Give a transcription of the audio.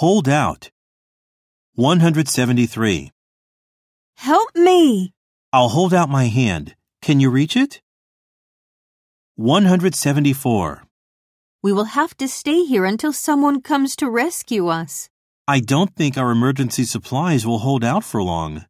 Hold out. 173. Help me. I'll hold out my hand. Can you reach it? 174. We will have to stay here until someone comes to rescue us. I don't think our emergency supplies will hold out for long.